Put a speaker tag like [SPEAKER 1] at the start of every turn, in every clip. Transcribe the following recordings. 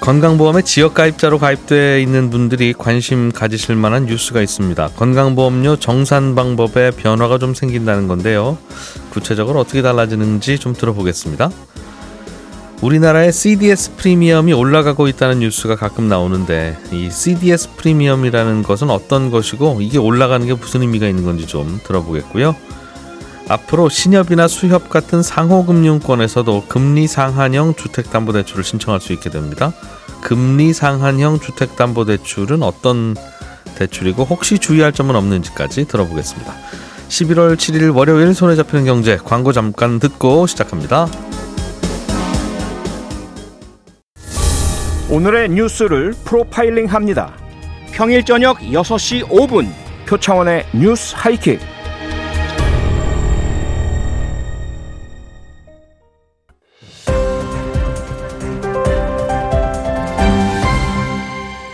[SPEAKER 1] 건강보험의 지역가입자로 가입돼 있는 분들이 관심 가지실 만한 뉴스가 있습니다. 건강보험료 정산 방법에 변화가 좀 생긴다는 건데요. 구체적으로 어떻게 달라지는지 좀 들어보겠습니다. 우리나라의 CDS 프리미엄이 올라가고 있다는 뉴스가 가끔 나오는데 이 CDS 프리미엄이라는 것은 어떤 것이고 이게 올라가는 게 무슨 의미가 있는 건지 좀 들어보겠고요. 앞으로 신협이나 수협 같은 상호금융권에서도 금리 상한형 주택담보대출을 신청할 수 있게 됩니다. 금리 상한형 주택담보대출은 어떤 대출이고 혹시 주의할 점은 없는지까지 들어보겠습니다. 11월 7일 월요일 손에 잡히는 경제 광고 잠깐 듣고 시작합니다.
[SPEAKER 2] 오늘의 뉴스를 프로파일링 합니다.
[SPEAKER 3] 평일 저녁 6시 5분
[SPEAKER 2] 표창원의 뉴스 하이킥.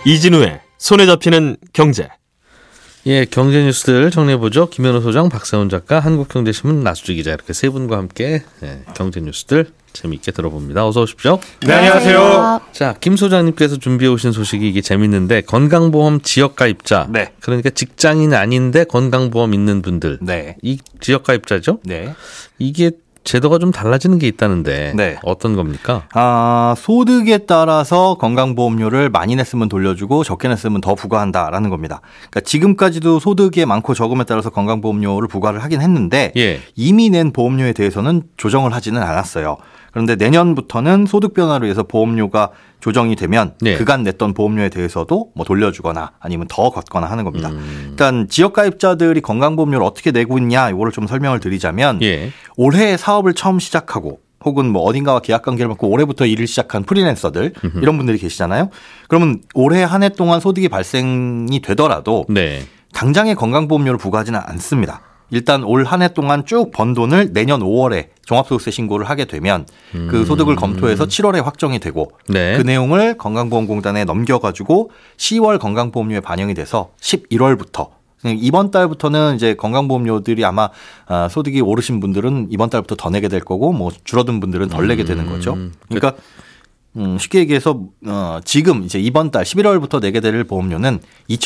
[SPEAKER 4] 이진우의 손에 잡히는 경제.
[SPEAKER 1] 예, 경제 뉴스들 정리해 보죠. 김현우 소장, 박세훈 작가, 한국경제신문 나수지 기자 이렇게 세 분과 함께 예, 경제 뉴스들 재미있게 들어봅니다. 어서 오십시오.
[SPEAKER 4] 네, 안녕하세요.
[SPEAKER 1] 자, 김 소장님께서 준비해 오신 소식이 이게 재밌는데 건강보험 지역가입자.
[SPEAKER 4] 네.
[SPEAKER 1] 그러니까 직장인 아닌데 건강보험 있는 분들.
[SPEAKER 4] 네.
[SPEAKER 1] 이 지역가입자죠?
[SPEAKER 4] 네.
[SPEAKER 1] 이게 제도가 좀 달라지는 게 있다는데
[SPEAKER 4] 네.
[SPEAKER 1] 어떤 겁니까?
[SPEAKER 5] 아, 소득에 따라서 건강보험료를 많이 냈으면 돌려주고 적게 냈으면 더 부과한다라는 겁니다. 그러니까 지금까지도 소득이 많고 적음에 따라서 건강보험료를 부과를 하긴 했는데
[SPEAKER 1] 예.
[SPEAKER 5] 이미 낸 보험료에 대해서는 조정을 하지는 않았어요. 그런데 내년부터는 소득 변화로 인해서 보험료가 조정이 되면
[SPEAKER 1] 네.
[SPEAKER 5] 그간 냈던 보험료에 대해서도 뭐 돌려주거나 아니면 더 걷거나 하는 겁니다.
[SPEAKER 1] 음.
[SPEAKER 5] 일단 지역가입자들이 건강보험료를 어떻게 내고 있냐 이거를 좀 설명을 드리자면
[SPEAKER 4] 음.
[SPEAKER 1] 예.
[SPEAKER 5] 올해 사업을 처음 시작하고 혹은 뭐 어딘가와 계약 관계를 맺고 올해부터 일을 시작한 프리랜서들 이런 분들이 계시잖아요. 그러면 올해 한 해 동안 소득이 발생이 되더라도
[SPEAKER 1] 네.
[SPEAKER 5] 당장의 건강보험료를 부과하지는 않습니다. 일단 올 한 해 동안 쭉 번 돈을 내년 5월에 종합소득세 신고를 하게 되면 그 소득을 검토해서 7월에 확정이 되고
[SPEAKER 1] 네.
[SPEAKER 5] 그 내용을 건강보험공단에 넘겨가지고 10월 건강보험료에 반영이 돼서 11월부터 이번 달부터는 이제 건강보험료들이 아마 아, 소득이 오르신 분들은 이번 달부터 더 내게 될 거고 뭐 줄어든 분들은 덜 내게 되는 거죠. 그러니까 음, 쉽게 얘기해서 어, 지금 이제 이번 달 11월부터 내게 될 보험료는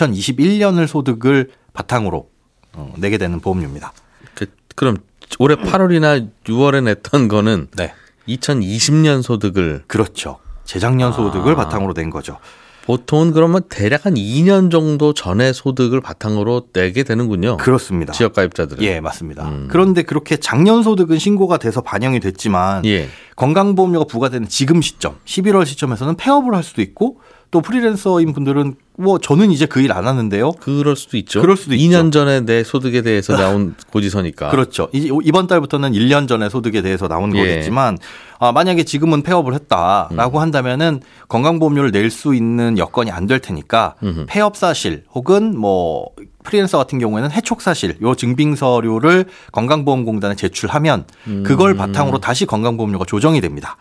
[SPEAKER 5] 2021년을 소득을 바탕으로 어, 내게 되는 보험료입니다.
[SPEAKER 1] 그, 그럼 올해 8월이나 6월에 냈던 거는
[SPEAKER 5] 네.
[SPEAKER 1] 2020년 소득을
[SPEAKER 5] 그렇죠.
[SPEAKER 1] 아.
[SPEAKER 5] 재작년 소득을 바탕으로 낸 거죠.
[SPEAKER 1] 보통은 그러면 대략 한 2년 정도 전에 소득을 바탕으로 내게 되는군요.
[SPEAKER 5] 그렇습니다.
[SPEAKER 1] 지역가입자들은.
[SPEAKER 5] 예, 맞습니다. 그런데 그렇게 작년 소득은 신고가 돼서 반영이 됐지만
[SPEAKER 1] 예.
[SPEAKER 5] 건강보험료가 부과되는 지금 시점, 11월 시점에서는 폐업을 할 수도 있고 또 프리랜서인 분들은 뭐 저는 이제 그 일 안 하는데요.
[SPEAKER 1] 그럴 수도 있죠.
[SPEAKER 5] 그럴 수도 아.
[SPEAKER 1] 2년 전에 내 소득에 대해서 나온 고지서니까.
[SPEAKER 5] 그렇죠. 이제 이번 달부터는 1년 전에 소득에 대해서 나온
[SPEAKER 1] 그러니까. 예.
[SPEAKER 5] 거겠지만 아, 만약에 지금은 폐업을 했다라고
[SPEAKER 1] 음.
[SPEAKER 5] 한다면은 건강보험료를 낼 수 있는 여건이 안 될 테니까 폐업 사실 혹은 뭐 프리랜서 같은 경우에는 해촉 사실 요 증빙 서류를 건강보험공단에 제출하면
[SPEAKER 1] 음.
[SPEAKER 5] 그걸 바탕으로 다시 건강보험료가 조정이 됩니다.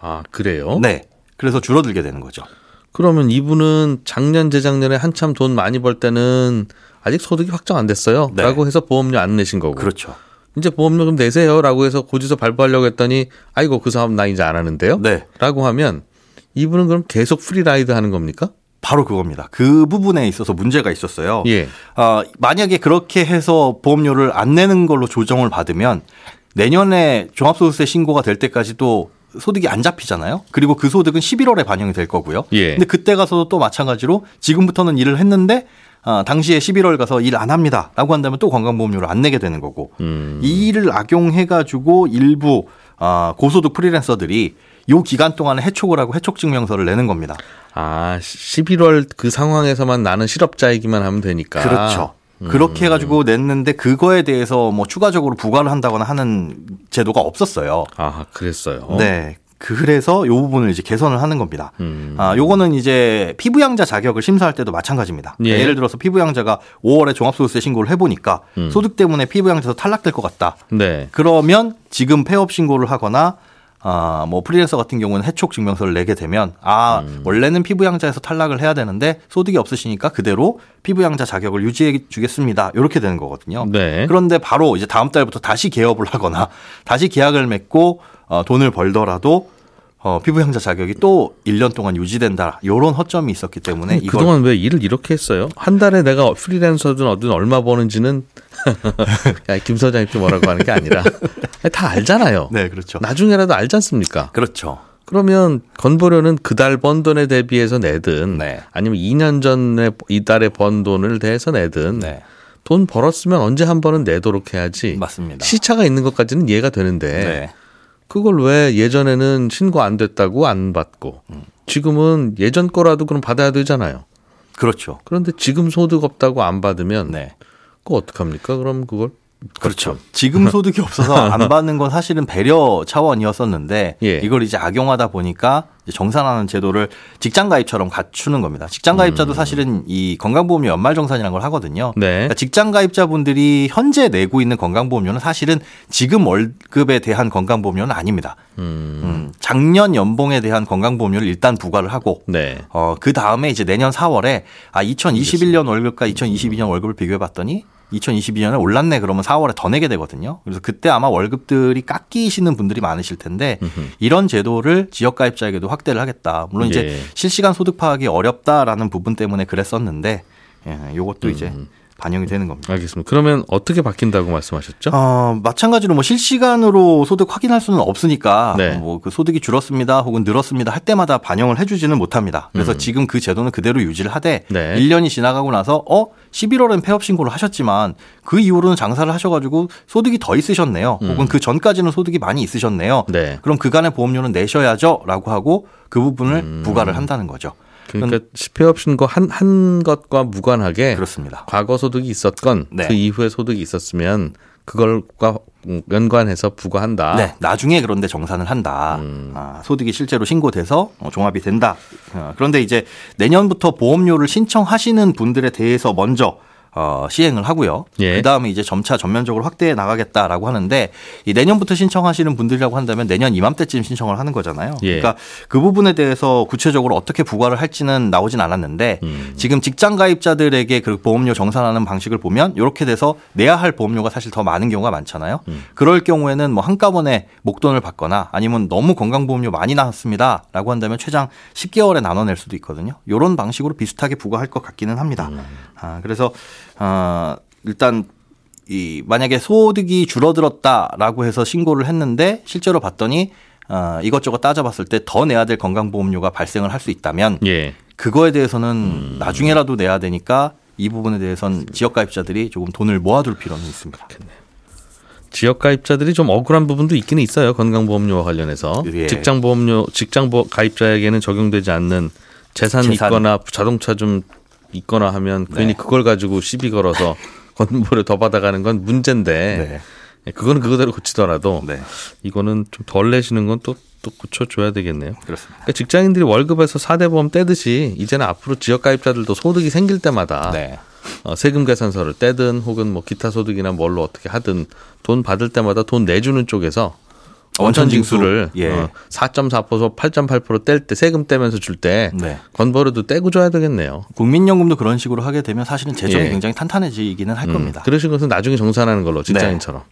[SPEAKER 1] 아, 그래요?
[SPEAKER 5] 네. 그래서 줄어들게 되는 거죠.
[SPEAKER 1] 그러면 이분은 작년, 재작년에 한참 돈 많이 벌 때는 아직 소득이 확정 안 됐어요.
[SPEAKER 5] 네.
[SPEAKER 1] 라고 해서 보험료 안 내신 거고.
[SPEAKER 5] 그렇죠.
[SPEAKER 1] 이제 보험료 좀 내세요. 라고 해서 고지서 발부하려고 했더니 아이고, 그 사업 나 이제 안 하는데요.
[SPEAKER 5] 네.
[SPEAKER 1] 라고 하면 이분은 그럼 계속 프리라이드 하는 겁니까?
[SPEAKER 5] 바로 그겁니다. 그 부분에 있어서 문제가 있었어요.
[SPEAKER 1] 예.
[SPEAKER 5] 어, 만약에 그렇게 해서 보험료를 안 내는 걸로 조정을 받으면 내년에 종합소득세 신고가 될 때까지도 소득이 안 잡히잖아요. 그리고 그 소득은 11월에 반영이 될 거고요.
[SPEAKER 1] 예.
[SPEAKER 5] 근데 그때 가서도 또 마찬가지로 지금부터는 일을 했는데 어, 당시에 11월 가서 일 안 합니다라고 한다면 또 건강보험료를 안 내게 되는 거고 이 일을 악용해가지고 일부 아, 고소득 프리랜서들이 요 기간 동안에 해촉을 하고 해촉 증명서를 내는 겁니다.
[SPEAKER 1] 아, 11월 그 상황에서만 나는 실업자이기만 하면 되니까. 음.
[SPEAKER 5] 그렇죠. 그렇게 해가지고 냈는데 그거에 대해서 뭐 추가적으로 부과를 한다거나 하는 제도가 없었어요.
[SPEAKER 1] 아, 그랬어요.
[SPEAKER 5] 네. 그래서 요 부분을 이제 개선을 하는 겁니다.
[SPEAKER 1] 음.
[SPEAKER 5] 아, 요거는 이제 피부양자 자격을 심사할 때도 마찬가지입니다.
[SPEAKER 1] 예.
[SPEAKER 5] 예. 를 들어서 피부양자가 5월에 종합소득세 신고를 해보니까
[SPEAKER 1] 음.
[SPEAKER 5] 소득 때문에 피부양자에서 탈락될 것 같다.
[SPEAKER 1] 네.
[SPEAKER 5] 그러면 지금 폐업 신고를 하거나 아, 뭐 프리랜서 같은 경우는 해촉 증명서를 내게 되면 아,
[SPEAKER 1] 음.
[SPEAKER 5] 원래는 피부양자에서 탈락을 해야 되는데 소득이 없으시니까 그대로 피부양자 자격을 유지해 주겠습니다. 이렇게 되는 거거든요.
[SPEAKER 1] 네.
[SPEAKER 5] 그런데 바로 이제 다음 달부터 다시 개업을 하거나 다시 계약을 맺고 어, 돈을 벌더라도 어, 피부양자 자격이 또 1년 동안 유지된다. 요런 허점이 있었기 때문에 이걸
[SPEAKER 1] 그동안 왜 일을 이렇게 했어요? 한 달에 내가 프리랜서든 어든 얼마 버는지는 야, 김 서장님께 뭐라고 하는 게 아니라 다 알잖아요.
[SPEAKER 5] 네, 그렇죠.
[SPEAKER 1] 나중에라도 알지 않습니까?
[SPEAKER 5] 그렇죠.
[SPEAKER 1] 그러면 건보료는 그달 번 돈에 대비해서 내든
[SPEAKER 5] 네.
[SPEAKER 1] 아니면 2년 전에 이달에 번 돈을 대해서 내든
[SPEAKER 5] 네.
[SPEAKER 1] 돈 벌었으면 언제 한 번은 내도록 해야지.
[SPEAKER 5] 맞습니다.
[SPEAKER 1] 시차가 있는 것까지는 이해가 되는데
[SPEAKER 5] 네.
[SPEAKER 1] 그걸 왜 예전에는 신고 안 됐다고 안 받고
[SPEAKER 5] 음.
[SPEAKER 1] 지금은 예전 거라도 그럼 받아야 되잖아요.
[SPEAKER 5] 그렇죠.
[SPEAKER 1] 그런데 지금 소득 없다고 안 받으면
[SPEAKER 5] 네.
[SPEAKER 1] 그거 어떡합니까? 그럼 그걸
[SPEAKER 5] 그렇죠. 지금 소득이 없어서 안 받는 건 사실은 배려 차원이었었는데
[SPEAKER 1] 예.
[SPEAKER 5] 이걸 이제 악용하다 보니까 이제 정산하는 제도를 직장가입처럼 갖추는 겁니다.
[SPEAKER 1] 음.
[SPEAKER 5] 직장가입자도 사실은 이 건강보험료 연말정산이라는 걸 하거든요.
[SPEAKER 1] 네.
[SPEAKER 5] 그러니까 직장가입자분들이 현재 내고 있는 건강보험료는 사실은 지금 월급에 대한 건강보험료는 아닙니다. 음, 작년 연봉에 대한 건강보험료를 일단 부과를 하고
[SPEAKER 1] 네.
[SPEAKER 5] 어, 그 다음에 이제 내년 4월에 아 2021년 월급과 2022년 월급을 비교해 봤더니 2022년에 올랐네 그러면 4월에 더 내게 되거든요. 그래서 그때 아마 월급들이 깎이시는 분들이 많으실 텐데 이런 제도를 지역 가입자에게도 확대를 하겠다. 물론 이제
[SPEAKER 1] 예.
[SPEAKER 5] 실시간 소득 파악이 어렵다라는 부분 때문에 그랬었는데 예, 요것도 이제 반영이 되는 겁니다.
[SPEAKER 1] 알겠습니다. 그러면 어떻게 바뀐다고 말씀하셨죠?
[SPEAKER 5] 어, 마찬가지로 뭐 실시간으로 소득 확인할 수는 없으니까
[SPEAKER 1] 네.
[SPEAKER 5] 뭐 그 소득이 줄었습니다 혹은 늘었습니다 할 때마다 반영을 해주지는 못합니다. 그래서 지금 그 제도는 그대로 유지를 하되
[SPEAKER 1] 음. 네.
[SPEAKER 5] 1년이 지나가고 나서 어 11월엔 폐업 신고를 하셨지만 그 이후로는 장사를 하셔가지고 소득이 더 있으셨네요. 혹은 그 전까지는 소득이 많이 있으셨네요.
[SPEAKER 1] 음. 네.
[SPEAKER 5] 그럼 그간의 보험료는 내셔야죠라고 하고 그 부분을 부과를 한다는 거죠.
[SPEAKER 1] 음. 그러니까 실패업 신고 한, 한 것과 무관하게
[SPEAKER 5] 음. 그렇습니다.
[SPEAKER 1] 과거 소득이 있었건
[SPEAKER 5] 그렇죠. 네.
[SPEAKER 1] 그 이후에 소득이 있었으면 그걸과 연관해서 부과한다. 음.
[SPEAKER 5] 네, 나중에 그런데 정산을 한다. 아, 소득이 실제로 신고돼서 어, 종합이 된다. 어, 그런데 이제 내년부터 보험료를 신청하시는 분들에 대해서 먼저 어, 시행을 하고요.
[SPEAKER 1] 예.
[SPEAKER 5] 그 다음에 이제 점차 전면적으로 확대해 나가겠다라고 하는데 이 내년부터 신청하시는 분들이라고 한다면 내년 이맘때쯤 신청을 하는 거잖아요.
[SPEAKER 1] 예.
[SPEAKER 5] 그러니까 그 부분에 대해서 구체적으로 어떻게 부과를 할지는 나오진 않았는데 지금 직장 가입자들에게 그 보험료 정산하는 방식을 보면 이렇게 돼서 내야 할 보험료가 사실 더 많은 경우가 많잖아요. 그럴 경우에는 뭐 한꺼번에 목돈을 받거나 아니면 너무 건강보험료 많이 나왔습니다라고 한다면 최장 10개월에 나눠낼 수도 있거든요. 이런 방식으로 비슷하게 부과할 것 같기는 합니다. 아, 그래서 어, 일단 이 만약에 소득이 줄어들었다라고 해서 신고를 했는데 실제로 봤더니 어, 이것저것 따져봤을 때 더 내야 될 건강보험료가 발생을 할 수 있다면
[SPEAKER 1] 예. 음.
[SPEAKER 5] 그거에 대해서는 나중에라도 내야 되니까 이 부분에 대해서는 지역가입자들이 조금 돈을 모아둘 필요는 있습니다.
[SPEAKER 1] 지역 가입자들이 좀 억울한 부분도 있기는 있어요. 건강보험료와 관련해서
[SPEAKER 5] 예.
[SPEAKER 1] 직장 보험료 직장 보- 가입자에게는 적용되지 않는 재산이
[SPEAKER 5] 재산. 네.
[SPEAKER 1] 있거나 자동차 좀 있거나 하면 괜히 그걸 가지고 시비 걸어서 건보를 더 받아가는 건 문제인데 예, 그거는 그거대로 고치더라도
[SPEAKER 5] 네.
[SPEAKER 1] 이거는 좀 덜 내시는 건 또 또 고쳐줘야 되겠네요.
[SPEAKER 5] 그렇습니다.
[SPEAKER 1] 그러니까 직장인들이 월급에서 4대 보험 떼듯이 이제는 앞으로 지역 가입자들도 소득이 생길 때마다
[SPEAKER 5] 네.
[SPEAKER 1] 어, 세금 계산서를 떼든 혹은 뭐 기타 소득이나 뭘로 어떻게 하든 돈 받을 때마다 돈 내주는 쪽에서 원천
[SPEAKER 5] 원천징수.
[SPEAKER 1] 징수를
[SPEAKER 5] 예.
[SPEAKER 1] 어, 4.4% 8.8%뗄 때 세금 떼면서 줄 때
[SPEAKER 5] 네.
[SPEAKER 1] 건보료도 떼고 줘야 되겠네요.
[SPEAKER 5] 국민연금도 그런 식으로 하게 되면 사실은 재정이
[SPEAKER 1] 예. 음.
[SPEAKER 5] 굉장히 탄탄해지기는 할 겁니다.
[SPEAKER 1] 아. 그러신 것은 나중에 정산하는 걸로
[SPEAKER 4] 네.
[SPEAKER 1] 직장인처럼.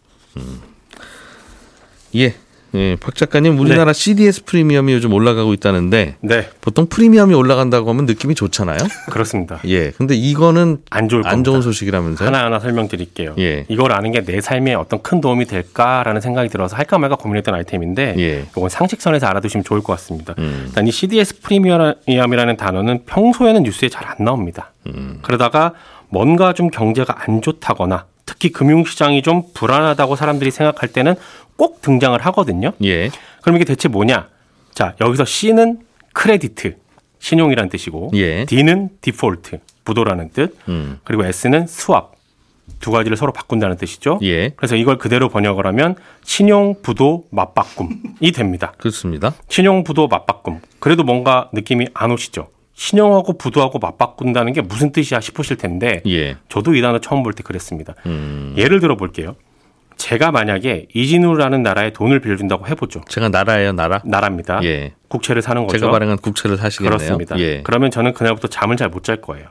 [SPEAKER 1] 음. 예. 예, 박 작가님 우리나라 CDS 프리미엄이 요즘 올라가고 있다는데
[SPEAKER 4] 네,
[SPEAKER 1] 보통 프리미엄이 올라간다고 하면 느낌이 좋잖아요.
[SPEAKER 4] 그렇습니다.
[SPEAKER 1] 예. 근데 이거는
[SPEAKER 4] 안 좋을
[SPEAKER 1] 안 좋은
[SPEAKER 4] 겁니다.
[SPEAKER 1] 소식이라면서요?
[SPEAKER 4] 하나하나 설명드릴게요.
[SPEAKER 1] 예.
[SPEAKER 4] 이걸 아는 게 내 삶에 어떤 큰 도움이 될까라는 생각이 들어서 할까 말까 고민했던 아이템인데
[SPEAKER 1] 예. 음.
[SPEAKER 4] 이건 상식선에서 알아두시면 좋을 것 같습니다. 일단 이 CDS 프리미엄이라는 단어는 평소에는 뉴스에 잘 안 나옵니다.
[SPEAKER 1] 음.
[SPEAKER 4] 그러다가 뭔가 좀 경제가 안 좋다거나 특히 금융시장이 좀 불안하다고 사람들이 생각할 때는 꼭 등장을 하거든요.
[SPEAKER 1] 예.
[SPEAKER 4] 그럼 이게 대체 뭐냐? 자, 여기서 C는 크레디트, 신용이란 뜻이고,
[SPEAKER 1] 예.
[SPEAKER 4] D는 디폴트, 부도라는 뜻,
[SPEAKER 1] 음.
[SPEAKER 4] 그리고 S는 스왑, 두 가지를 서로 바꾼다는 뜻이죠.
[SPEAKER 1] 예.
[SPEAKER 4] 그래서 이걸 그대로 번역을 하면 신용 부도 맞바꿈이 됩니다.
[SPEAKER 1] 그렇습니다.
[SPEAKER 4] 신용 부도 맞바꿈. 그래도 뭔가 느낌이 안 오시죠? 신용하고 부도하고 맞바꾼다는 게 무슨 뜻이야 싶으실 텐데
[SPEAKER 1] 예.
[SPEAKER 4] 저도 이 단어 처음 볼 때 그랬습니다.
[SPEAKER 1] 음.
[SPEAKER 4] 예를 들어 볼게요. 제가 만약에 이진우라는 나라에 돈을 빌려준다고 해보죠.
[SPEAKER 1] 제가 나라예요, 나라.
[SPEAKER 4] 나라입니다.
[SPEAKER 1] 예.
[SPEAKER 4] 국채를 사는 거죠.
[SPEAKER 1] 제가 발행한 국채를 사시겠네요.
[SPEAKER 4] 아. 그렇습니다.
[SPEAKER 1] 예. 음.
[SPEAKER 4] 그러면 저는 그날부터 잠을 잘 못 잘 거예요.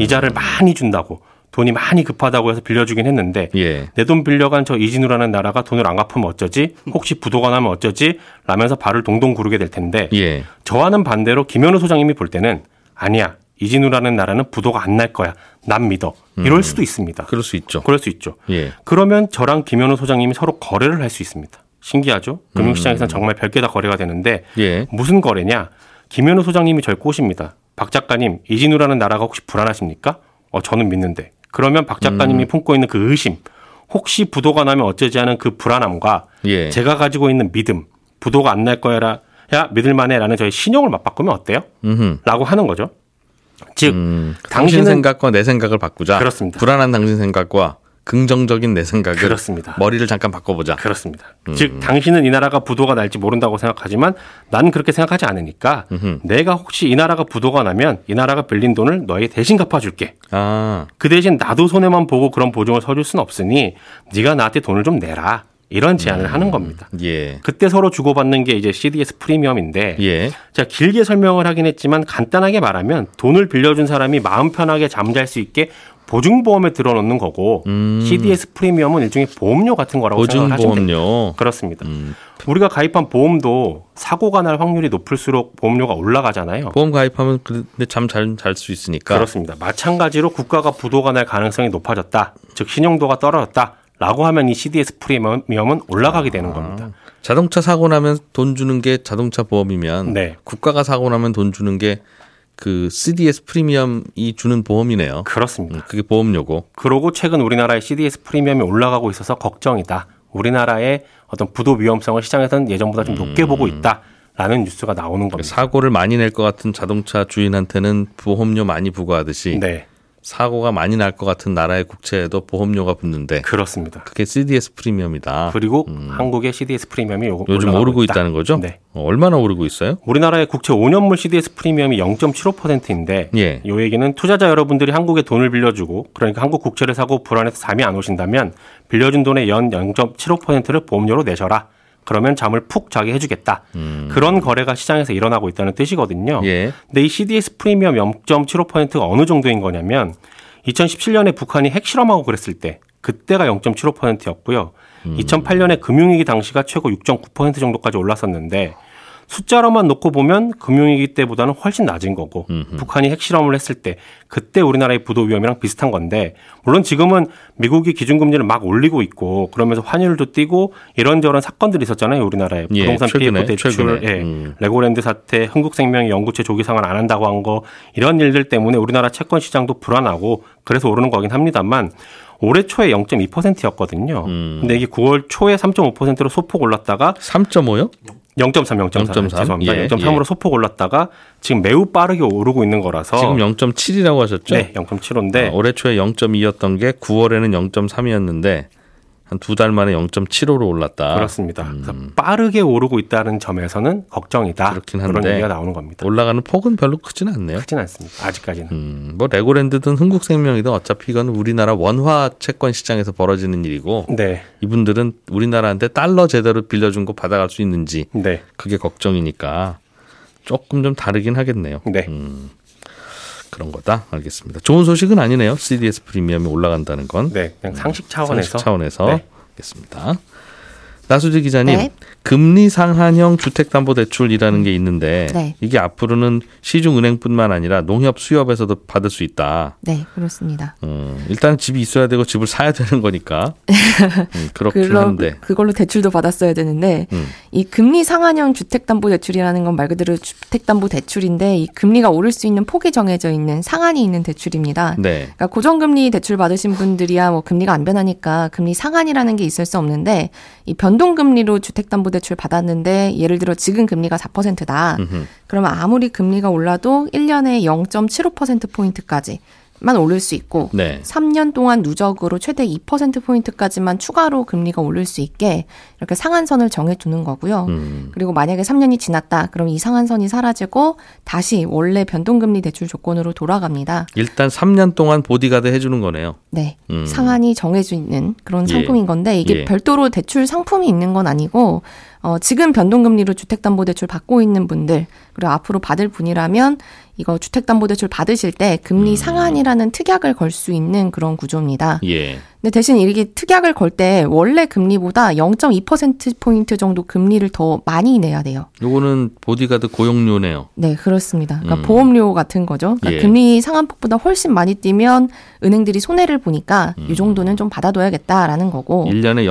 [SPEAKER 4] 이자를 많이 준다고 돈이 많이 급하다고 해서 빌려주긴 했는데
[SPEAKER 1] 예.
[SPEAKER 4] 내 돈 빌려간 저 이진우라는 나라가 돈을 안 갚으면 어쩌지? 혹시 부도가 나면 어쩌지? 라면서 발을 동동 구르게 될 텐데
[SPEAKER 1] 예.
[SPEAKER 4] 저와는 반대로 김현우 소장님이 볼 때는 아니야 이진우라는 나라는 부도가 안 날 거야 난 믿어 이럴 수도 있습니다.
[SPEAKER 1] 음. 그럴 수 있죠.
[SPEAKER 4] 그럴 수 있죠.
[SPEAKER 1] 예.
[SPEAKER 4] 그러면 저랑 김현우 소장님이 서로 거래를 할 수 있습니다. 신기하죠? 금융시장에서는 정말 별게 다 거래가 되는데
[SPEAKER 1] 음. 예.
[SPEAKER 4] 무슨 거래냐? 김현우 소장님이 절 꼬십니다. 박 작가님, 이진우라는 나라가 혹시 불안하십니까? 어, 저는 믿는데. 그러면 박
[SPEAKER 1] 음.
[SPEAKER 4] 작가님이 품고 있는 그 의심, 혹시 부도가 나면 어쩌지 하는 그 불안함과
[SPEAKER 1] 예.
[SPEAKER 4] 제가 가지고 있는 믿음, 부도가 안 날 거야라, 야, 믿을만해라는 저의 신용을 맞바꾸면 어때요?
[SPEAKER 1] 음흠. 음, 그
[SPEAKER 4] 라고 하는 거죠. 즉,
[SPEAKER 1] 당신
[SPEAKER 4] 당신은
[SPEAKER 1] 생각과 내 생각을 바꾸자.
[SPEAKER 4] 그렇습니다.
[SPEAKER 1] 불안한 당신 생각과 긍정적인 내 생각을
[SPEAKER 4] 그렇습니다.
[SPEAKER 1] 머리를 잠깐 바꿔보자.
[SPEAKER 4] 그렇습니다. 즉 당신은 이 나라가 부도가 날지 모른다고 생각하지만 나는 그렇게 생각하지 않으니까 내가 혹시 이 나라가 부도가 나면 이 나라가 빌린 돈을 너에게 대신 갚아줄게.
[SPEAKER 1] 아,
[SPEAKER 4] 그 대신 나도 손해만 보고 그런 보증을 서줄 수는 없으니 네가 나한테 돈을 좀 내라. 이런 제안을 하는 겁니다.
[SPEAKER 1] 예.
[SPEAKER 4] 그때 서로 주고받는 게 이제 CDS 프리미엄인데
[SPEAKER 1] 예.
[SPEAKER 4] 자 길게 설명을 하긴 했지만 간단하게 말하면 돈을 빌려준 사람이 마음 편하게 잠잘 수 있게 보증보험에 들어놓는 거고 CDS 프리미엄은 일종의 음. 보험료 같은 거라고 생각을 하시면 됩니다.
[SPEAKER 1] 보증보험료.
[SPEAKER 4] 그렇습니다.
[SPEAKER 1] 음.
[SPEAKER 4] 우리가 가입한 보험도 사고가 날 확률이 높을수록 보험료가 올라가잖아요.
[SPEAKER 1] 보험 가입하면 그, 근데 잠 잘 잘 수 있으니까.
[SPEAKER 4] 그렇습니다. 마찬가지로 국가가 부도가 날 가능성이 높아졌다. 즉 신용도가 떨어졌다. 라고 하면 이 CDS 프리미엄은 올라가게 되는
[SPEAKER 1] 아.
[SPEAKER 4] 겁니다.
[SPEAKER 1] 자동차 사고 나면 돈 주는 게 자동차 보험이면
[SPEAKER 4] 네.
[SPEAKER 1] 국가가 사고 나면 돈 주는 게 그 CDS 프리미엄이 주는 보험이네요.
[SPEAKER 4] 그렇습니다.
[SPEAKER 1] 음, 그게 보험료고.
[SPEAKER 4] 그러고 최근 우리나라의 CDS 프리미엄이 올라가고 있어서 걱정이다. 우리나라의 어떤 부도 위험성을 시장에서는 예전보다 좀
[SPEAKER 1] 음.
[SPEAKER 4] 높게 보고 있다. 라는 뉴스가 나오는 겁니다.
[SPEAKER 1] 사고를 많이 낼 것 같은 자동차 주인한테는 보험료 많이 부과하듯이
[SPEAKER 4] 네,
[SPEAKER 1] 사고가 많이 날 것 같은 나라의 국채에도 보험료가 붙는데
[SPEAKER 4] 그렇습니다.
[SPEAKER 1] 그게 CDS 프리미엄이다.
[SPEAKER 4] 그리고 한국의 CDS 프리미엄이 요-
[SPEAKER 1] 요즘
[SPEAKER 4] 올라가고
[SPEAKER 1] 오르고
[SPEAKER 4] 있다.
[SPEAKER 1] 있다. 는 거죠?
[SPEAKER 4] 네.
[SPEAKER 1] 어, 얼마나 오르고 있어요?
[SPEAKER 4] 우리나라의 국채 5년물 CDS 프리미엄이 0.75%인데
[SPEAKER 1] 예.
[SPEAKER 4] 이 얘기는 투자자 여러분들이 한국에 돈을 빌려주고 그러니까 한국 국채를 사고 불안해서 잠이 안 오신다면 빌려준 돈의 연 0.75%를 보험료로 내셔라. 그러면 잠을 푹 자게 해주겠다. 그런 거래가 시장에서 일어나고 있다는 뜻이거든요.
[SPEAKER 1] 음. 예.
[SPEAKER 4] 근데 이 CDS 프리미엄 0.75%가 어느 정도인 거냐면 2017년에 북한이 핵실험하고 그랬을 때 그때가 0.75%였고요.
[SPEAKER 1] 음.
[SPEAKER 4] 2008년에 금융위기 당시가 최고 6.9% 정도까지 올랐었는데 숫자로만 놓고 보면 금융위기 때보다는 훨씬 낮은 거고 북한이 핵실험을 했을 때 그때 우리나라의 부도 위험이랑 비슷한 건데 물론 지금은 미국이 기준금리를 막 올리고 있고 그러면서 환율도 뛰고 이런저런 사건들이 있었잖아요 우리나라에
[SPEAKER 1] 예,
[SPEAKER 4] 부동산
[SPEAKER 1] 최근에,
[SPEAKER 4] PF 대출
[SPEAKER 1] 최근에.
[SPEAKER 4] 예,
[SPEAKER 1] 음.
[SPEAKER 4] 레고랜드 사태, 흥국생명이 영구채 조기상환 안 한다고 한 거 이런 일들 때문에 우리나라 채권 시장도 불안하고 그래서 오르는 거긴 합니다만 올해 초에 0.2%였거든요.
[SPEAKER 1] 음.
[SPEAKER 4] 근데 이게 9월 초에 3.5%로 소폭 올랐다가
[SPEAKER 1] 3.5요?
[SPEAKER 4] 0.3, 0.3,
[SPEAKER 1] 0.3,
[SPEAKER 4] 죄송합니다.
[SPEAKER 1] 예,
[SPEAKER 4] 0.3으로
[SPEAKER 1] 예.
[SPEAKER 4] 소폭 올랐다가 지금 매우 빠르게 오르고 있는 거라서
[SPEAKER 1] 지금 0.7이라고 하셨죠?
[SPEAKER 4] 어. 네, 0.75인데
[SPEAKER 1] 아, 올해 초에 0.2였던 게 9월에는 0.3이었는데 한 두 달 만에 0.75로 올랐다.
[SPEAKER 4] 그렇습니다. 그래서 빠르게 오르고 있다는 점에서는 걱정이다.
[SPEAKER 1] 음. 그렇긴
[SPEAKER 4] 런
[SPEAKER 1] 한데
[SPEAKER 4] 얘기가 나오는 겁니다.
[SPEAKER 1] 올라가는 폭은 별로 크진 않네요.
[SPEAKER 4] 크진 않습니다. 아직까지는.
[SPEAKER 1] 음, 뭐 레고랜드든 흥국생명이든 어차피 이건 우리나라 원화 채권 시장에서 벌어지는 일이고
[SPEAKER 4] 네,
[SPEAKER 1] 이분들은 우리나라한테 달러 제대로 빌려준 거 받아갈 수 있는지
[SPEAKER 4] 네,
[SPEAKER 1] 그게 걱정이니까 조금 좀 다르긴 하겠네요.
[SPEAKER 4] 네.
[SPEAKER 1] 그런 거다. 알겠습니다. 좋은 소식은 아니네요. CDS 프리미엄이 올라간다는 건.
[SPEAKER 4] 네, 그냥 상식 차원에서
[SPEAKER 1] 상식 차원에서
[SPEAKER 4] 네.
[SPEAKER 1] 알겠습니다. 나수지 기자님,
[SPEAKER 6] 네.
[SPEAKER 1] 금리 상한형 주택담보대출이라는 게 있는데
[SPEAKER 6] 네.
[SPEAKER 1] 이게 앞으로는 시중은행뿐만 아니라 농협, 수협에서도 받을 수 있다.
[SPEAKER 6] 네, 그렇습니다.
[SPEAKER 1] 음, 일단 집이 있어야 되고 집을 사야 되는 거니까 음, 그렇긴
[SPEAKER 6] 그럼
[SPEAKER 1] 한데 음.
[SPEAKER 6] 그걸로 대출도 받았어야 되는데 이 금리 상한형 주택담보대출이라는 건 말 그대로 주택담보대출인데 이 금리가 오를 수 있는 폭이 정해져 있는 상한이 있는 대출입니다.
[SPEAKER 1] 네,
[SPEAKER 6] 그러니까 고정금리 대출 받으신 분들이야 뭐 금리가 안 변하니까 금리 상한이라는 게 있을 수 없는데 이 변동금리로 주택담보대출 받았는데 예를 들어 지금 금리가 4%다. 그러면 아무리 금리가 올라도 1년에 0.75%포인트까지 만 오를 수 있고
[SPEAKER 1] 네.
[SPEAKER 6] 3년 동안 누적으로 최대 2%포인트까지만 추가로 금리가 오를 수 있게 이렇게 상한선을 정해두는 거고요.
[SPEAKER 1] 음.
[SPEAKER 6] 그리고 만약에 3년이 지났다. 그럼 이 상한선이 사라지고 다시 원래 변동금리 대출 조건으로 돌아갑니다.
[SPEAKER 1] 일단 3년 동안 보디가드 해주는 거네요.
[SPEAKER 6] 네.
[SPEAKER 1] 음.
[SPEAKER 6] 상한이 정해지는 그런
[SPEAKER 1] 예.
[SPEAKER 6] 상품인 건데 이게
[SPEAKER 1] 예.
[SPEAKER 6] 별도로 대출 상품이 있는 건 아니고 어, 지금 변동금리로 주택담보대출 받고 있는 분들 그리고 앞으로 받을 분이라면 이거 주택담보대출 받으실 때 금리
[SPEAKER 1] 음.
[SPEAKER 6] 상한이라는 특약을 걸 수 있는 그런 구조입니다.
[SPEAKER 1] 예.
[SPEAKER 6] 근데 대신 이게 특약을 걸 때 원래 금리보다 0.2% 포인트 정도 금리를 더 많이 내야 돼요.
[SPEAKER 1] 요거는 보디가드 고용료네요.
[SPEAKER 6] 네, 그렇습니다. 그러니까
[SPEAKER 1] 음.
[SPEAKER 6] 보험료 같은 거죠. 그러니까
[SPEAKER 1] 예.
[SPEAKER 6] 금리 상한폭보다 훨씬 많이 뛰면 은행들이 손해를 보니까
[SPEAKER 1] 음.
[SPEAKER 6] 이 정도는 좀 받아둬야겠다라는 거고.
[SPEAKER 1] 1년에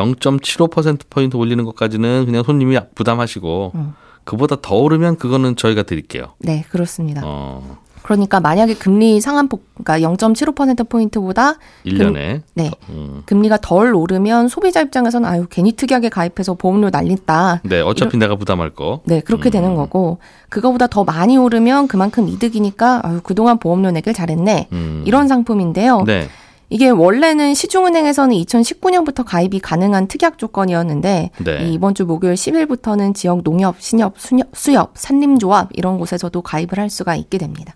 [SPEAKER 1] 0.75%포인트 올리는 것까지는 그냥 손님이 부담하시고,
[SPEAKER 6] 음.
[SPEAKER 1] 그보다 더 오르면 그거는 저희가 드릴게요.
[SPEAKER 6] 네, 그렇습니다.
[SPEAKER 1] 어,
[SPEAKER 6] 그러니까 만약에 금리 상한폭, 그러니까 0.75% 포인트보다
[SPEAKER 1] 1년에.
[SPEAKER 6] 네
[SPEAKER 1] 음.
[SPEAKER 6] 금리가 덜 오르면 소비자 입장에서는 아유 괜히 특약에 가입해서 보험료 날린다.
[SPEAKER 1] 네, 어차피 내가 부담할 거.
[SPEAKER 6] 네, 그렇게
[SPEAKER 1] 음.
[SPEAKER 6] 되는 거고 그거보다 더 많이 오르면 그만큼 이득이니까 아유 그동안 보험료 내길 잘했네.
[SPEAKER 1] 음.
[SPEAKER 6] 이런 상품인데요.
[SPEAKER 1] 네.
[SPEAKER 6] 이게 원래는 시중은행에서는 2019년부터 가입이 가능한 특약 조건이었는데
[SPEAKER 1] 네.
[SPEAKER 6] 이 이번 주 목요일 10일부터는 지역 농협, 신협, 수협, 수협, 산림조합 이런 곳에서도 가입을 할 수가 있게 됩니다.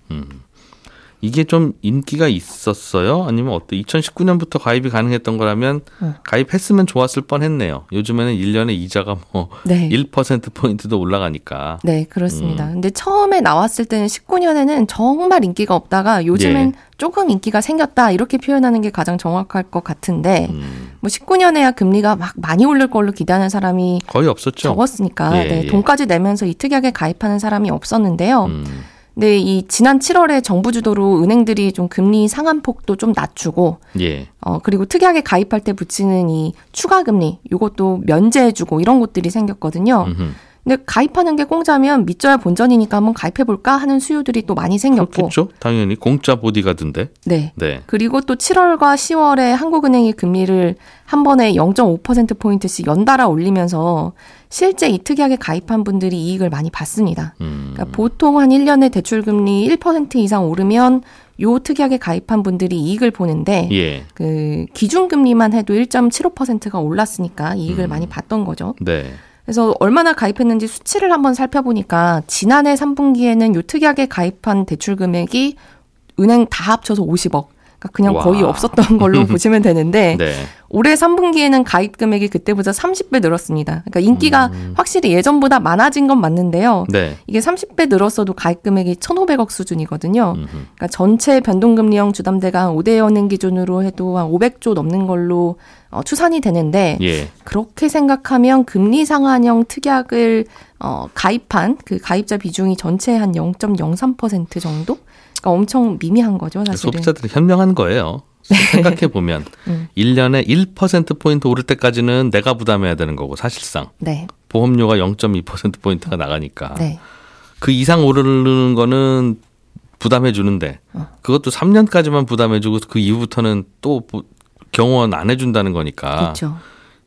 [SPEAKER 1] 이게 좀 인기가 있었어요? 아니면 어때? 2019년부터 가입이 가능했던 거라면
[SPEAKER 6] 음.
[SPEAKER 1] 가입했으면 좋았을 뻔했네요. 요즘에는 1년에 이자가 뭐
[SPEAKER 6] 네.
[SPEAKER 1] 1% 포인트도 올라가니까.
[SPEAKER 6] 네, 그렇습니다.
[SPEAKER 1] 음.
[SPEAKER 6] 근데 처음에 나왔을 때는 19년에는 정말 인기가 없다가 요즘엔
[SPEAKER 1] 예.
[SPEAKER 6] 조금 인기가 생겼다 이렇게 표현하는 게 가장 정확할 것 같은데
[SPEAKER 1] 음,
[SPEAKER 6] 뭐 19년에야 금리가 막 많이 오를 걸로 기대하는 사람이
[SPEAKER 1] 거의 없었죠.
[SPEAKER 6] 적었으니까
[SPEAKER 1] 예,
[SPEAKER 6] 네,
[SPEAKER 1] 예.
[SPEAKER 6] 돈까지 내면서 이 특약에 가입하는 사람이 없었는데요.
[SPEAKER 1] 음,
[SPEAKER 6] 네, 이 지난 7월에 정부 주도로 은행들이 좀 금리 상한폭도 좀 낮추고
[SPEAKER 1] 예.
[SPEAKER 6] 어 그리고 특약에 가입할 때 붙이는 이 추가 금리 요것도 면제해 주고 이런 것들이 생겼거든요.
[SPEAKER 1] 음흠.
[SPEAKER 6] 근데 가입하는 게 공짜면 밑져야 본전이니까 한번 가입해 볼까 하는 수요들이 또 많이 생겼고.
[SPEAKER 1] 그렇겠죠. 당연히 공짜 보디가드인데.
[SPEAKER 6] 네.
[SPEAKER 1] 네.
[SPEAKER 6] 그리고 또 7월과 10월에 한국은행이 금리를 한 번에 0.5% 포인트씩 연달아 올리면서 실제 이 특약에 가입한 분들이 이익을 많이 봤습니다.
[SPEAKER 1] 음,
[SPEAKER 6] 그러니까 보통 한 1년에 대출 금리 1% 이상 오르면 요 특약에 가입한 분들이 이익을 보는데
[SPEAKER 1] 예.
[SPEAKER 6] 그 기준 금리만 해도 1.75%가 올랐으니까 이익을
[SPEAKER 1] 음.
[SPEAKER 6] 많이 봤던 거죠.
[SPEAKER 1] 네.
[SPEAKER 6] 그래서 얼마나 가입했는지 수치를 한번 살펴보니까 지난해 3분기에는 요 특약에 가입한 대출 금액이 은행 다 합쳐서 50억. 그러니까 그냥
[SPEAKER 1] 와.
[SPEAKER 6] 거의 없었던 걸로 보시면 되는데
[SPEAKER 1] 네.
[SPEAKER 6] 올해 3분기에는 가입 금액이 그때보다 30배 늘었습니다. 그러니까 인기가
[SPEAKER 1] 음.
[SPEAKER 6] 확실히 예전보다 많아진 건 맞는데요.
[SPEAKER 1] 네.
[SPEAKER 6] 이게 30배 늘었어도 가입 금액이 1,500억 수준이거든요.
[SPEAKER 1] 음흠.
[SPEAKER 6] 그러니까 전체 변동금리형 주담대가 한 5대 은행 기준으로 해도 한 500조 넘는 걸로 어, 추산이 되는데
[SPEAKER 1] 예.
[SPEAKER 6] 그렇게 생각하면 금리 상한형 특약을 어, 가입한 그 가입자 비중이 전체 한 0.03% 정도? 그러니까 엄청 미미한 거죠, 사실은.
[SPEAKER 1] 소비자들이 현명한 거예요. 생각해 보면
[SPEAKER 6] 음.
[SPEAKER 1] 1년에 1% 포인트 오를 때까지는 내가 부담해야 되는 거고 사실상
[SPEAKER 6] 네,
[SPEAKER 1] 보험료가 0.2% 포인트가 나가니까
[SPEAKER 6] 네,
[SPEAKER 1] 그 이상 오르는 거는 부담해 주는데
[SPEAKER 6] 어.
[SPEAKER 1] 그것도 3년까지만 부담해 주고 그 이후부터는 또 보- 경원 안 해준다는 거니까
[SPEAKER 6] 그렇죠. 음.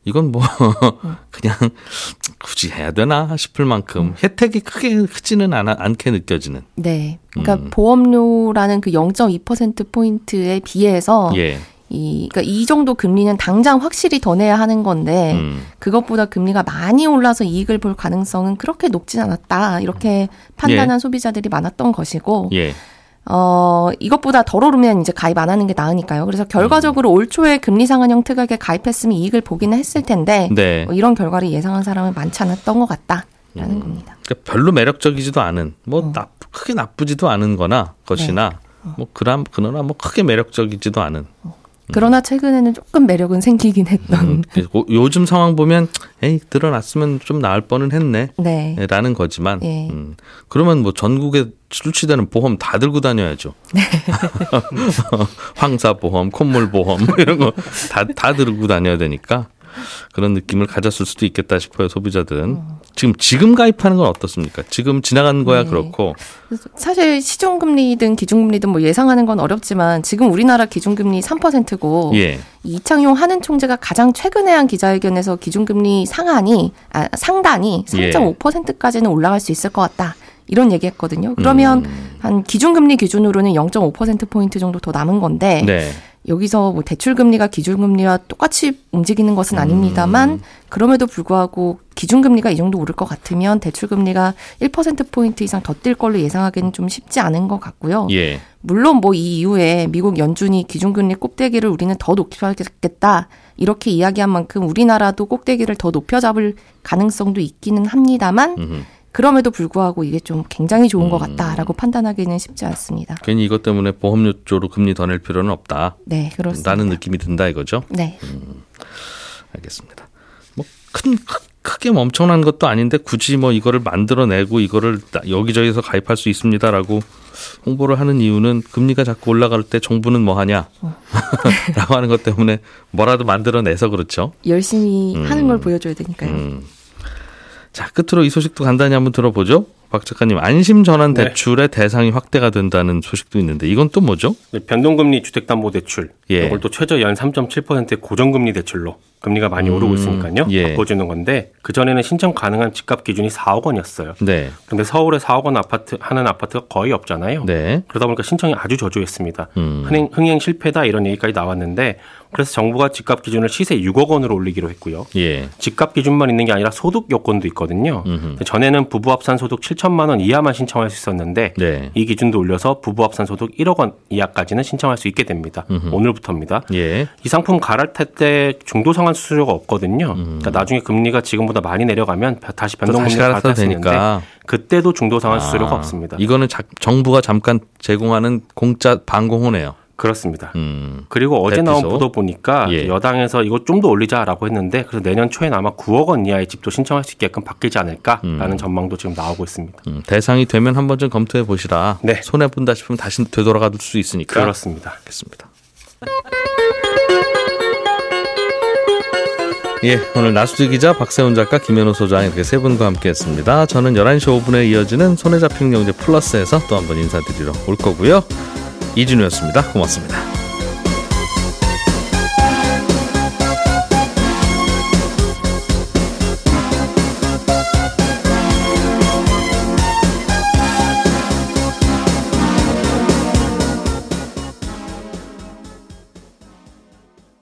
[SPEAKER 1] 이건 뭐 그냥 굳이 해야 되나 싶을 만큼 혜택이 크게 크지는 않아, 않게 느껴지는
[SPEAKER 6] 네, 그러니까
[SPEAKER 1] 음.
[SPEAKER 6] 보험료라는 그 0.2% 포인트에 비해서
[SPEAKER 1] 예
[SPEAKER 6] 이, 그러니까 이 정도 금리는 당장 확실히 더 내야 하는 건데
[SPEAKER 1] 음.
[SPEAKER 6] 그것보다 금리가 많이 올라서 이익을 볼 가능성은 그렇게 높진 않았다 이렇게
[SPEAKER 1] 음.
[SPEAKER 6] 판단한 소비자들이 많았던 것이고
[SPEAKER 1] 예.
[SPEAKER 6] 어, 이것보다 덜 오르면 이제 가입 안 하는 게 나으니까요. 그래서 결과적으로 올 초에 금리 상한형 특약에 가입했으면 이익을 보기는 했을 텐데
[SPEAKER 1] 네.
[SPEAKER 6] 뭐 이런 결과를 예상한 사람은 많지 않았던 것 같다라는
[SPEAKER 1] 음.
[SPEAKER 6] 겁니다.
[SPEAKER 1] 그러니까 별로 매력적이지도 않은 뭐
[SPEAKER 6] 어.
[SPEAKER 1] 나, 크게 나쁘지도 않은 거나
[SPEAKER 6] 네.
[SPEAKER 1] 것이나 뭐 그람 그러나 뭐 크게 매력적이지도 않은 음.
[SPEAKER 6] 그러나 최근에는 조금 매력은 생기긴 했던
[SPEAKER 1] 그래서 고- 요즘 상황 보면 에이 드러났으면 좀 나을 뻔은 했네
[SPEAKER 6] 네.
[SPEAKER 1] 라는 거지만
[SPEAKER 6] 예.
[SPEAKER 1] 음, 그러면 뭐 전국에 출시되는 보험 다 들고 다녀야죠
[SPEAKER 6] 네.
[SPEAKER 1] 황사 보험 콧물 보험 뭐 이런 거 다 다 들고 다녀야 되니까 그런 느낌을 가졌을 수도 있겠다 싶어요 소비자들은 지금 지금 가입하는 건 어떻습니까 지금 지나간 거야
[SPEAKER 6] 네.
[SPEAKER 1] 그렇고
[SPEAKER 6] 그래서 사실 시중금리든 기준금리든 뭐 예상하는 건 어렵지만 지금 우리나라 기준금리 3%고
[SPEAKER 1] 예
[SPEAKER 6] 이창용 한은 총재가 가장 최근에 한 기자회견에서 기준금리 상한이 아, 상단이
[SPEAKER 1] 예.
[SPEAKER 6] 3.5%까지는 올라갈 수 있을 것 같다. 이런 얘기했거든요. 그러면
[SPEAKER 1] 음.
[SPEAKER 6] 한 기준금리 기준으로는 0.5% 포인트 정도 더 남은 건데
[SPEAKER 1] 네.
[SPEAKER 6] 여기서 뭐 대출금리가 기준금리와 똑같이 움직이는 것은
[SPEAKER 1] 음.
[SPEAKER 6] 아닙니다만 그럼에도 불구하고 기준금리가 이 정도 오를 것 같으면 대출금리가 1%포인트 이상 더 뛸 걸로 예상하기는 좀 쉽지 않은 것 같고요.
[SPEAKER 1] 예.
[SPEAKER 6] 물론 뭐 이 이후에 미국 연준이 기준금리 꼭대기를 우리는 더 높여야겠다 이렇게 이야기한 만큼 우리나라도 꼭대기를 더 높여잡을 가능성도 있기는 합니다만
[SPEAKER 1] 음.
[SPEAKER 6] 그럼에도 불구하고 이게 좀 굉장히 좋은 것 같다라고 판단하기는 쉽지 않습니다.
[SPEAKER 1] 괜히 이것 때문에 보험료 쪽으로 금리 더 낼 필요는 없다.
[SPEAKER 6] 네, 그렇습니다.
[SPEAKER 1] 라는 느낌이 든다 이거죠.
[SPEAKER 6] 네.
[SPEAKER 1] 알겠습니다. 뭐큰 크게 뭐 엄청난 것도 아닌데 굳이 뭐 이거를 만들어내고 이거를 나- 여기저기서 가입할 수 있습니다라고 홍보를 하는 이유는 금리가 자꾸 올라갈 때 정부는 뭐
[SPEAKER 6] 어.
[SPEAKER 1] 하냐라고 하는 것 때문에 뭐라도 만들어내서 그렇죠.
[SPEAKER 6] 열심히 하는 걸 보여줘야 되니까요.
[SPEAKER 1] 음. 자 끝으로 이 소식도 간단히 한번 들어보죠. 박 작가님 안심 전환
[SPEAKER 4] 네.
[SPEAKER 1] 대출의 대상이 확대가 된다는 소식도 있는데 이건 또 뭐죠?
[SPEAKER 4] 네, 변동금리 주택담보대출
[SPEAKER 1] 예.
[SPEAKER 4] 이걸 또 최저 연 3.7%의 고정금리 대출로 금리가 많이 오르고 있으니까요.
[SPEAKER 1] 예.
[SPEAKER 4] 바꿔주는 건데 그 전에는 신청 가능한 집값 기준이 4억 원이었어요.
[SPEAKER 1] 네,
[SPEAKER 4] 근데 서울에 4억 원 아파트 하는 아파트가 거의 없잖아요.
[SPEAKER 1] 네,
[SPEAKER 4] 그러다 보니까 신청이 아주 저조했습니다.
[SPEAKER 1] 음.
[SPEAKER 4] 흥행, 흥행 실패다 이런 얘기까지 나왔는데 그래서 정부가 집값 기준을 시세 6억 원으로 올리기로 했고요.
[SPEAKER 1] 예,
[SPEAKER 4] 집값 기준만 있는 게 아니라 소득 요건도 있거든요. 근데 전에는 부부 합산 소득 7천만 원 이하만 신청할 수 있었는데
[SPEAKER 1] 네,
[SPEAKER 4] 이 기준도 올려서 부부 합산 소득 1억 원 이하까지는 신청할 수 있게 됩니다. 오늘부터입니다.
[SPEAKER 1] 예,
[SPEAKER 4] 이 상품 갈아탈 때 중도 상환 수수료가 없거든요. 그러니까 나중에 금리가 지금보다 많이 내려가면 다시
[SPEAKER 1] 또 음. 다시
[SPEAKER 4] 변동금리
[SPEAKER 1] 갈아타도
[SPEAKER 4] 갈아탈 수 있는데
[SPEAKER 1] 되니까.
[SPEAKER 4] 그때도 중도 상환 수수료가
[SPEAKER 1] 아,
[SPEAKER 4] 없습니다.
[SPEAKER 1] 이거는 자- 정부가 잠깐 제공하는 공짜 방공호네요.
[SPEAKER 4] 그렇습니다.
[SPEAKER 1] 음.
[SPEAKER 4] 그리고 어제
[SPEAKER 1] 대피소.
[SPEAKER 4] 나온 보도 보니까
[SPEAKER 1] 예.
[SPEAKER 4] 여당에서 이거 좀 더 올리자라고 했는데 그래서 내년 초엔 아마 9억 원 이하의 집도 신청할 수 있게끔 바뀌지 않을까라는 전망도 지금 나오고 있습니다.
[SPEAKER 1] 음, 대상이 되면 한 번쯤 검토해 보시라.
[SPEAKER 4] 네.
[SPEAKER 1] 손해 본다 싶으면 다시 되돌아가둘 수 있으니까.
[SPEAKER 4] 그렇습니다.
[SPEAKER 1] 알겠습니다. 예, 오늘 나수지 기자, 박세훈 작가, 김현우 소장 이렇게 세 분과 함께했습니다. 저는 11시 5분에 이어지는 손에 잡히는 경제 플러스에서 또 한 번 인사드리러 올 거고요. 이진우였습니다. 고맙습니다.